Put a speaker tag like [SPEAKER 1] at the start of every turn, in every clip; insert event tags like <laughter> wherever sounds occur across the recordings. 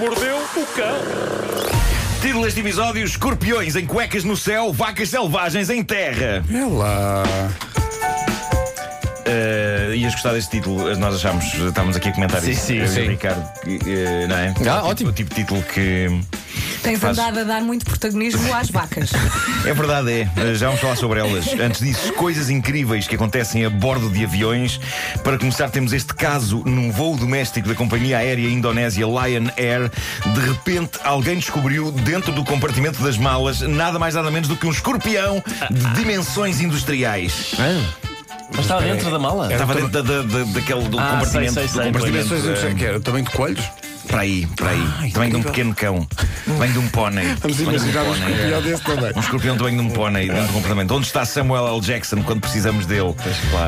[SPEAKER 1] O cão.
[SPEAKER 2] Título deste episódio: Escorpiões em cuecas no céu, vacas selvagens em terra.
[SPEAKER 3] É lá.
[SPEAKER 2] Eh, ias gostar deste título, eh, nós achámos, eh, estávamos aqui a comentar
[SPEAKER 1] Sim,
[SPEAKER 2] isso.
[SPEAKER 1] sim,
[SPEAKER 2] eu e o
[SPEAKER 1] sim.
[SPEAKER 2] Ricardo, eh, não é?
[SPEAKER 3] Ah,
[SPEAKER 2] O tipo-
[SPEAKER 3] ótimo.
[SPEAKER 2] O tipo de título que.
[SPEAKER 4] Tens
[SPEAKER 2] Faz-
[SPEAKER 4] andado a dar muito protagonismo
[SPEAKER 2] <laughs>
[SPEAKER 4] às vacas.
[SPEAKER 2] É verdade, é. Eh, Já vamos falar sobre elas. Antes disso, coisas incríveis que acontecem a bordo de aviões. Para começar, temos este caso num voo doméstico da companhia aérea indonésia Lion Air. De repente, alguém descobriu dentro do compartimento das malas nada mais nada menos do que um escorpião de dimensões industriais.
[SPEAKER 1] Mas estava dentro da mala?
[SPEAKER 2] Estava dentro da, da- da- daquele do
[SPEAKER 1] Ah,
[SPEAKER 2] compartimento.
[SPEAKER 1] sei, sei, sei,
[SPEAKER 2] do
[SPEAKER 1] pois.
[SPEAKER 2] compartimento
[SPEAKER 3] Dimensões, não sei o
[SPEAKER 2] eh,
[SPEAKER 3] que é, também de coelhos?
[SPEAKER 2] para aí, para aí. Também de um pequeno cão. Vem de um pônei.
[SPEAKER 3] Vamos
[SPEAKER 2] Vem de um
[SPEAKER 3] imaginar um
[SPEAKER 2] pônei.
[SPEAKER 3] escorpião desse também.
[SPEAKER 2] Um escorpião do banho de um pônei dentro do comportamento. Onde está Samuel L. Jackson quando precisamos dele?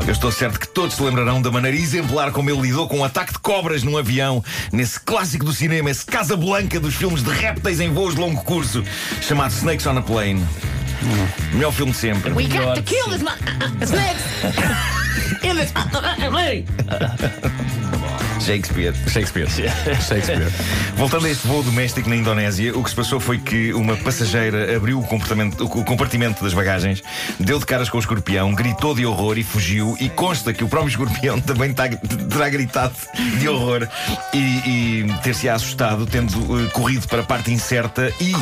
[SPEAKER 2] Eu estou certo que todos se lembrarão da maneira exemplar como ele lidou com um ataque de cobras num avião, nesse clássico do cinema, esse Casa Blanca dos filmes de répteis em voos de longo curso, chamado Snakes on a Plane. Melhor filme de sempre.
[SPEAKER 5] We got
[SPEAKER 1] Melhor
[SPEAKER 5] to kill this mo- snakes in this.
[SPEAKER 2] Shakespeare.
[SPEAKER 3] Shakespeare.
[SPEAKER 2] É
[SPEAKER 3] Shakespeare.
[SPEAKER 2] Voltando a este voo doméstico na Indonésia, o que se passou foi que uma passageira abriu o, comportamento- o compartimento das bagagens, deu de caras com o escorpião, gritou de horror e fugiu. E consta que o próprio escorpião <laughs> também tá- terá gritado de horror e, e ter-se assustado, tendo eh, corrido para a parte incerta e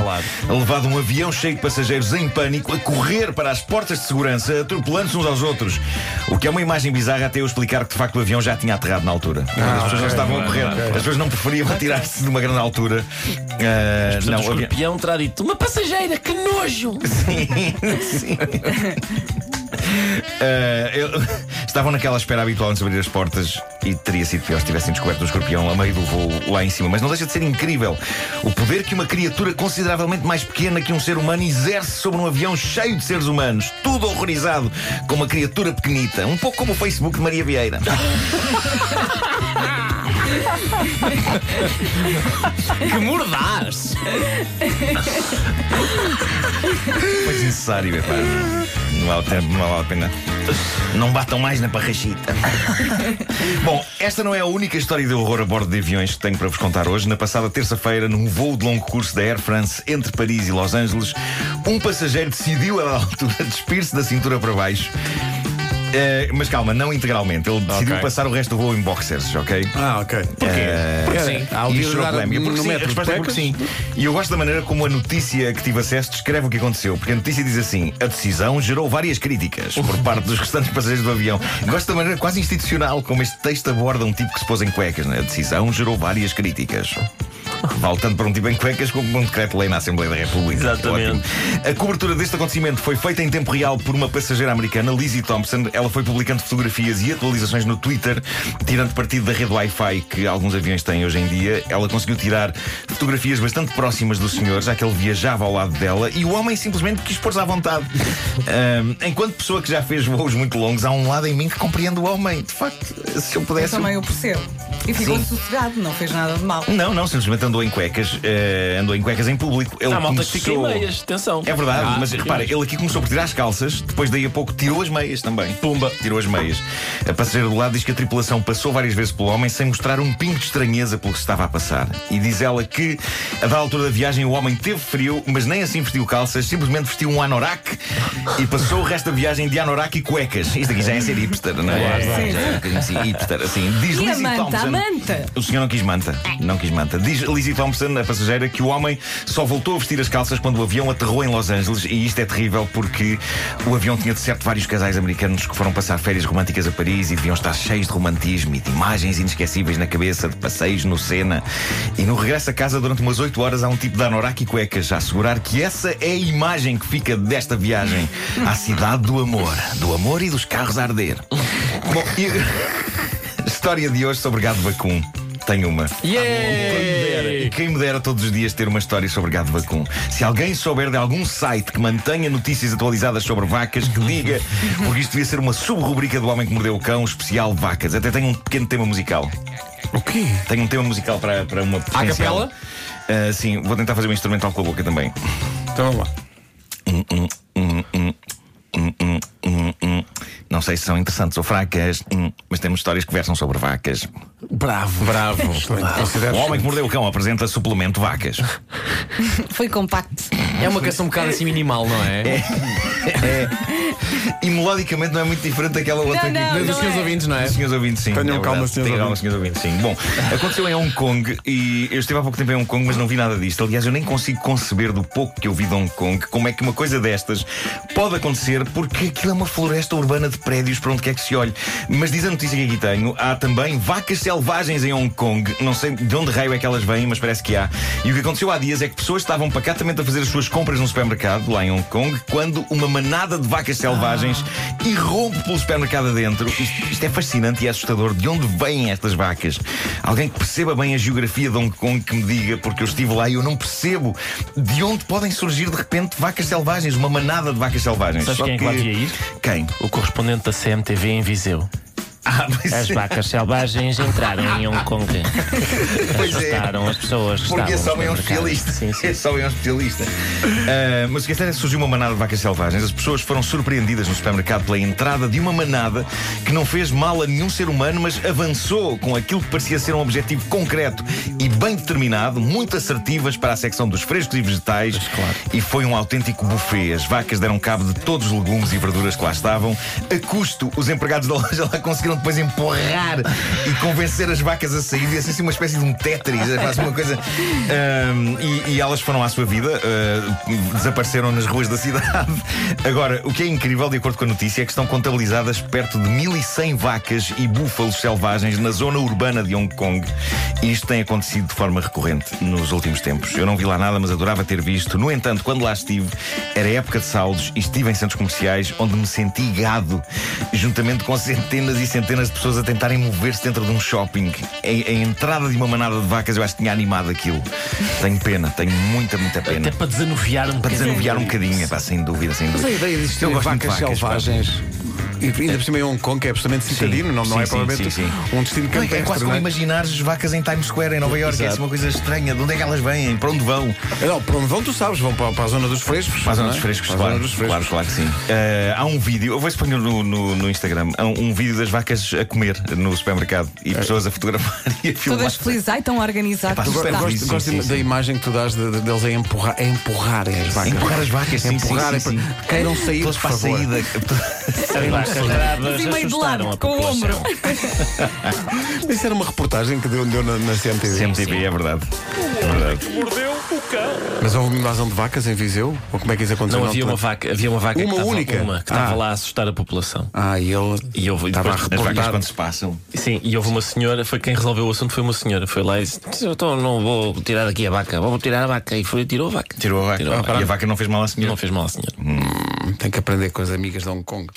[SPEAKER 2] levado um avião cheio de passageiros em pânico a correr para as portas de segurança, atropelando-se uns aos outros. O que é uma imagem bizarra até eu explicar que de facto o avião já tinha aterrado na altura. as pessoas já estavam a correr, as pessoas não preferiam <laughs> atirar-se de uma grande altura. Ah,
[SPEAKER 1] Não,
[SPEAKER 2] não,
[SPEAKER 1] o
[SPEAKER 2] o avião-
[SPEAKER 1] escorpião terá dito Uma passageira, que nojo!
[SPEAKER 2] Ah, eu- <laughs> Estavam naquela espera habitual antes de abrir as portas e teria sido pior se tivessem descoberto o escorpião a meio do voo lá em cima. Mas não deixa de ser incrível o poder que uma criatura consideravelmente mais pequena que um ser humano exerce sobre um avião cheio de seres humanos, tudo horrorizado com uma criatura pequenita, um pouco como o Facebook de Maria Vieira.
[SPEAKER 1] Que mordaz!
[SPEAKER 2] Foi desnecessário, epá. Não vale, a pena- não vale a pena. Não batam mais na parrachita. Bom, esta não é a única história de horror a bordo de aviões que tenho para vos contar hoje. Na passada terça-feira, num voo de longo curso da Air France entre Paris e Los Angeles, um passageiro decidiu, a dada <laughs> altura, despir-se da cintura para baixo. Eh, mas calma, não integralmente. Ele decidiu
[SPEAKER 3] Ok.
[SPEAKER 2] passar o resto do voo em boxers, ok?
[SPEAKER 3] Ah, ok.
[SPEAKER 2] Eh,
[SPEAKER 3] Porque
[SPEAKER 2] sim.
[SPEAKER 3] há ali
[SPEAKER 2] E isso gerou
[SPEAKER 3] dar
[SPEAKER 2] polémica. Porque
[SPEAKER 3] no
[SPEAKER 2] sim, a
[SPEAKER 3] metro
[SPEAKER 2] resposta é porque
[SPEAKER 3] pecas.
[SPEAKER 2] sim. E eu gosto da maneira como a notícia que tive acesso descreve o que aconteceu. Porque a notícia diz assim: a decisão gerou várias críticas <laughs> por parte dos restantes passageiros do avião. Gosto da maneira quase institucional como este texto aborda um tipo que se pôs em cuecas. né? A decisão gerou várias críticas. Vale tanto para um tipo em cuecas como um decreto-lei na Assembleia da República.
[SPEAKER 1] Exatamente.
[SPEAKER 2] Ótimo. A cobertura deste acontecimento foi feita em tempo real por uma passageira americana, Lizzie Thompson. Ela foi publicando fotografias e atualizações no Twitter, tirando partido da rede Wi-Fi que alguns aviões têm hoje em dia. Ela conseguiu tirar fotografias bastante próximas do senhor, já que ele viajava ao lado dela, e o homem simplesmente quis pôr-se à vontade. Ahm, enquanto pessoa que já fez voos muito longos, há um lado em mim que compreende o homem. De facto, se eu
[SPEAKER 4] Eu
[SPEAKER 2] pudesse. eu
[SPEAKER 4] também o percebo. E ficou
[SPEAKER 2] Sim.
[SPEAKER 4] sossegado, não fez nada de mal.
[SPEAKER 2] Não, não, simplesmente andou em cuecas. eh, andou em cuecas em público. Ele
[SPEAKER 1] Há malta que
[SPEAKER 2] começou...
[SPEAKER 1] fica em meias, atenção.
[SPEAKER 2] É verdade,
[SPEAKER 1] Ah,
[SPEAKER 2] mas
[SPEAKER 1] fica em
[SPEAKER 2] repara,
[SPEAKER 1] meias.
[SPEAKER 2] ele aqui começou por tirar as calças, depois daí a pouco tirou as meias também.
[SPEAKER 1] Pumba.
[SPEAKER 2] Tirou as meias. A passageira do lado diz que a tripulação passou várias vezes pelo homem sem mostrar um pingo de estranheza pelo que se estava a passar. E diz ela que, a da altura da viagem, o homem teve frio, mas nem assim vestiu calças, simplesmente vestiu um anorak e passou o resto da viagem de anorak e cuecas. Isto aqui já é ser hipster, não é?
[SPEAKER 4] Sim.
[SPEAKER 2] Já é um bocadinho assim, hipster, assim. Diz
[SPEAKER 4] E a
[SPEAKER 2] Lizzie
[SPEAKER 4] manta, a
[SPEAKER 2] Thompson-
[SPEAKER 4] manta.
[SPEAKER 2] o senhor não quis manta. Não quis manta. Diz Lizzie Thompson, a passageira, que o homem só voltou a vestir as calças quando o avião aterrou em Los Angeles. E isto é terrível porque o avião tinha de certo vários casais americanos que foram passar férias românticas a Paris e deviam estar cheios de romantismo e de imagens inesquecíveis na cabeça, de passeios no Sena. E no regresso a casa, durante umas 8 horas, há um tipo de anorak e cuecas a assegurar que essa é a imagem que fica desta viagem à cidade do amor. Do amor e dos carros a arder. Bom, e... História de hoje sobre gado vacum. Tenho uma. E
[SPEAKER 1] Yeah!
[SPEAKER 2] quem me dera todos os dias ter uma história sobre gado vacum. Se alguém souber de algum site que mantenha notícias atualizadas sobre vacas, que diga, porque isto devia ser uma subrubrica do Homem que Mordeu o Cão, especial vacas. Até tenho um pequeno tema musical.
[SPEAKER 3] O quê?
[SPEAKER 2] Tenho um tema musical para, para uma potencial.
[SPEAKER 1] capela?
[SPEAKER 2] Ah, sim, vou tentar fazer um instrumental com a boca também.
[SPEAKER 3] Então vamos lá.
[SPEAKER 2] hum. Não sei se são interessantes ou fracas, hum, mas temos histórias que versam sobre vacas.
[SPEAKER 3] Bravo.
[SPEAKER 2] Bravo.
[SPEAKER 3] Considero
[SPEAKER 2] O Homem que Mordeu o Cão apresenta suplemento vacas. Hum.
[SPEAKER 4] Foi compacto.
[SPEAKER 1] É uma canção um bocado assim minimal, não é?
[SPEAKER 2] E melodicamente não é muito diferente daquela outra
[SPEAKER 4] Não,
[SPEAKER 2] que
[SPEAKER 4] não,
[SPEAKER 1] Dos
[SPEAKER 4] não
[SPEAKER 1] seus
[SPEAKER 4] é.
[SPEAKER 1] ouvintes, não é?
[SPEAKER 2] Senhores ouvintes, sim.
[SPEAKER 3] Tenham
[SPEAKER 2] é
[SPEAKER 3] calma,
[SPEAKER 2] verdade.
[SPEAKER 3] senhores
[SPEAKER 2] Tenham calma, senhores ouvintes, sim. Bom, aconteceu em Hong Kong e eu estive há pouco tempo em Hong Kong, mas não vi nada disto. Aliás, eu nem consigo conceber do pouco que eu vi de Hong Kong como é que uma coisa destas pode acontecer, porque aquilo é uma floresta urbana de prédios para onde quer que se olhe. Mas diz a notícia que aqui tenho, há também vacas selvagens em Hong Kong. Não sei de onde raio é que elas vêm, mas parece que há. E o que aconteceu há dias é que pessoas estavam pacatamente a fazer as suas compras num supermercado lá em Hong Kong quando uma manada de vacas selvagens
[SPEAKER 1] Ah.
[SPEAKER 2] irrompe pelo supermercado adentro. Isto, isto é fascinante e é assustador. De onde vêm estas vacas? Alguém que perceba bem a geografia de Hong Kong que me diga, porque eu estive lá e eu não percebo de onde podem surgir de repente vacas selvagens, uma manada de vacas selvagens.
[SPEAKER 1] Sabes
[SPEAKER 2] Só
[SPEAKER 1] quem é que lá devia ir?
[SPEAKER 2] Quem?
[SPEAKER 1] O correspondente da CMTV em Viseu.
[SPEAKER 2] Ah, <laughs> pois
[SPEAKER 1] As
[SPEAKER 2] é.
[SPEAKER 1] vacas selvagens entraram em Hong <laughs> Kong.
[SPEAKER 2] Pois é.
[SPEAKER 1] Assustaram as pessoas que
[SPEAKER 2] Porque esse
[SPEAKER 1] estavam
[SPEAKER 2] homem é um
[SPEAKER 1] no mercado.
[SPEAKER 2] especialista.
[SPEAKER 1] Sim,
[SPEAKER 2] <laughs>
[SPEAKER 1] sim.
[SPEAKER 2] Esse homem é um especialista. Ah, mas o que é certo é que surgiu uma manada de vacas selvagens. As pessoas foram surpreendidas no supermercado pela entrada de uma manada que não fez mal a nenhum ser humano, mas avançou com aquilo que parecia ser um objetivo concreto e bem determinado, muito assertivas para a secção dos frescos e vegetais.
[SPEAKER 1] claro.
[SPEAKER 2] E foi um autêntico buffet. As vacas deram cabo de todos os legumes e verduras que lá estavam. A custo, os empregados da loja lá conseguiram depois empurrar e convencer as vacas a sair. E assim, assim, uma espécie de um Tetris. é quase uma coisa. Ahm, e, e elas foram à sua vida, ah, desapareceram nas ruas da cidade. Agora, o que é incrível, de acordo com a notícia, é que estão contabilizadas perto de 1100 vacas e búfalos selvagens na zona urbana de Hong Kong. E isto tem acontecido de forma recorrente nos últimos tempos. Eu não vi lá nada, mas adorava ter visto. No entanto, quando lá estive, era época de saldos e estive em centros comerciais onde me senti gado, juntamente com centenas e centenas de pessoas a tentarem mover-se dentro de um shopping. A, a entrada de uma manada de vacas eu acho que tinha animado aquilo. Tenho pena, tenho muita, muita
[SPEAKER 1] Até
[SPEAKER 2] pena.
[SPEAKER 1] para desanuviar é um
[SPEAKER 2] Para
[SPEAKER 1] bocadinho.
[SPEAKER 2] desanuviar um bocadinho, pá, sem dúvida, sem
[SPEAKER 3] eh, Mas a
[SPEAKER 2] dúvida.
[SPEAKER 3] ideia de existir
[SPEAKER 2] Eu gosto muito
[SPEAKER 3] vacas,
[SPEAKER 2] de vacas, pá.
[SPEAKER 3] selvagens. E ainda por cima em Hong Kong, que é absolutamente citadino, não, não
[SPEAKER 2] Sim,
[SPEAKER 3] é
[SPEAKER 2] sim,
[SPEAKER 3] provavelmente
[SPEAKER 2] sim, sim.
[SPEAKER 3] um destino
[SPEAKER 2] Não,
[SPEAKER 3] campestre.
[SPEAKER 2] é quase como
[SPEAKER 3] não é?
[SPEAKER 2] imaginar as vacas em Times Square, em Nova Iorque. É
[SPEAKER 1] Exato.
[SPEAKER 2] assim uma coisa estranha. De onde é que elas vêm? Para onde vão?
[SPEAKER 3] Não, para onde vão, tu sabes, vão para, para a zona dos frescos.
[SPEAKER 2] Para a zona
[SPEAKER 3] não é?
[SPEAKER 2] dos frescos,
[SPEAKER 3] Para a
[SPEAKER 2] claro,
[SPEAKER 3] zona dos frescos.
[SPEAKER 2] claro, claro que sim. Eh, há um vídeo, eu vou expandir no, no, no Instagram, há um, um vídeo das vacas a comer no supermercado e pessoas a fotografar e a filmar.
[SPEAKER 4] Todas felizes. Ai, tão organizados. Tá.
[SPEAKER 2] Epá,
[SPEAKER 3] Eu
[SPEAKER 2] Super
[SPEAKER 3] gosto,
[SPEAKER 2] feliz,
[SPEAKER 3] gosto
[SPEAKER 2] sim,
[SPEAKER 3] da
[SPEAKER 2] sim, sim.
[SPEAKER 3] imagem que tu dás de- de- deles a, empurrar, a empurrarem as vacas.
[SPEAKER 2] Empurrar as vacas, sim,
[SPEAKER 3] empurrarem
[SPEAKER 2] sim, sim,
[SPEAKER 3] para-
[SPEAKER 2] sim.
[SPEAKER 3] Queiram sair,
[SPEAKER 2] Todas
[SPEAKER 3] por
[SPEAKER 2] para a
[SPEAKER 3] favor.
[SPEAKER 2] saída. <laughs>
[SPEAKER 1] As vacas bravas
[SPEAKER 4] Assim, meio de
[SPEAKER 1] assustaram
[SPEAKER 4] lado,
[SPEAKER 1] a
[SPEAKER 4] com o
[SPEAKER 1] população.
[SPEAKER 4] ombro.
[SPEAKER 3] Isso era uma reportagem que deu, deu na, na CMTV.
[SPEAKER 2] CMTV, é verdade. É verdade.
[SPEAKER 3] Mas houve uma invasão de vacas em Viseu? Ou como é que isso aconteceu?
[SPEAKER 1] Não havia uma vaca, havia uma vaca que
[SPEAKER 3] Uma
[SPEAKER 1] estava-
[SPEAKER 3] única?
[SPEAKER 1] uma que estava
[SPEAKER 3] Ah.
[SPEAKER 1] lá a assustar a população.
[SPEAKER 3] Ah, e ele
[SPEAKER 1] E eu- e
[SPEAKER 3] estava a
[SPEAKER 1] depois-
[SPEAKER 2] As
[SPEAKER 3] reportar.
[SPEAKER 2] vacas quando se passam.
[SPEAKER 1] Sim, e houve uma senhora, foi quem resolveu o assunto, foi uma senhora, foi lá e disse: Então não vou tirar daqui a vaca, vou tirar a vaca. E foi e tirou a vaca.
[SPEAKER 2] Tirou a vaca.
[SPEAKER 1] Tirou a vaca.
[SPEAKER 2] e a vaca não fez mal à senhora.
[SPEAKER 1] Não fez mal à senhora.
[SPEAKER 3] Tem que aprender com as amigas de Hong Kong.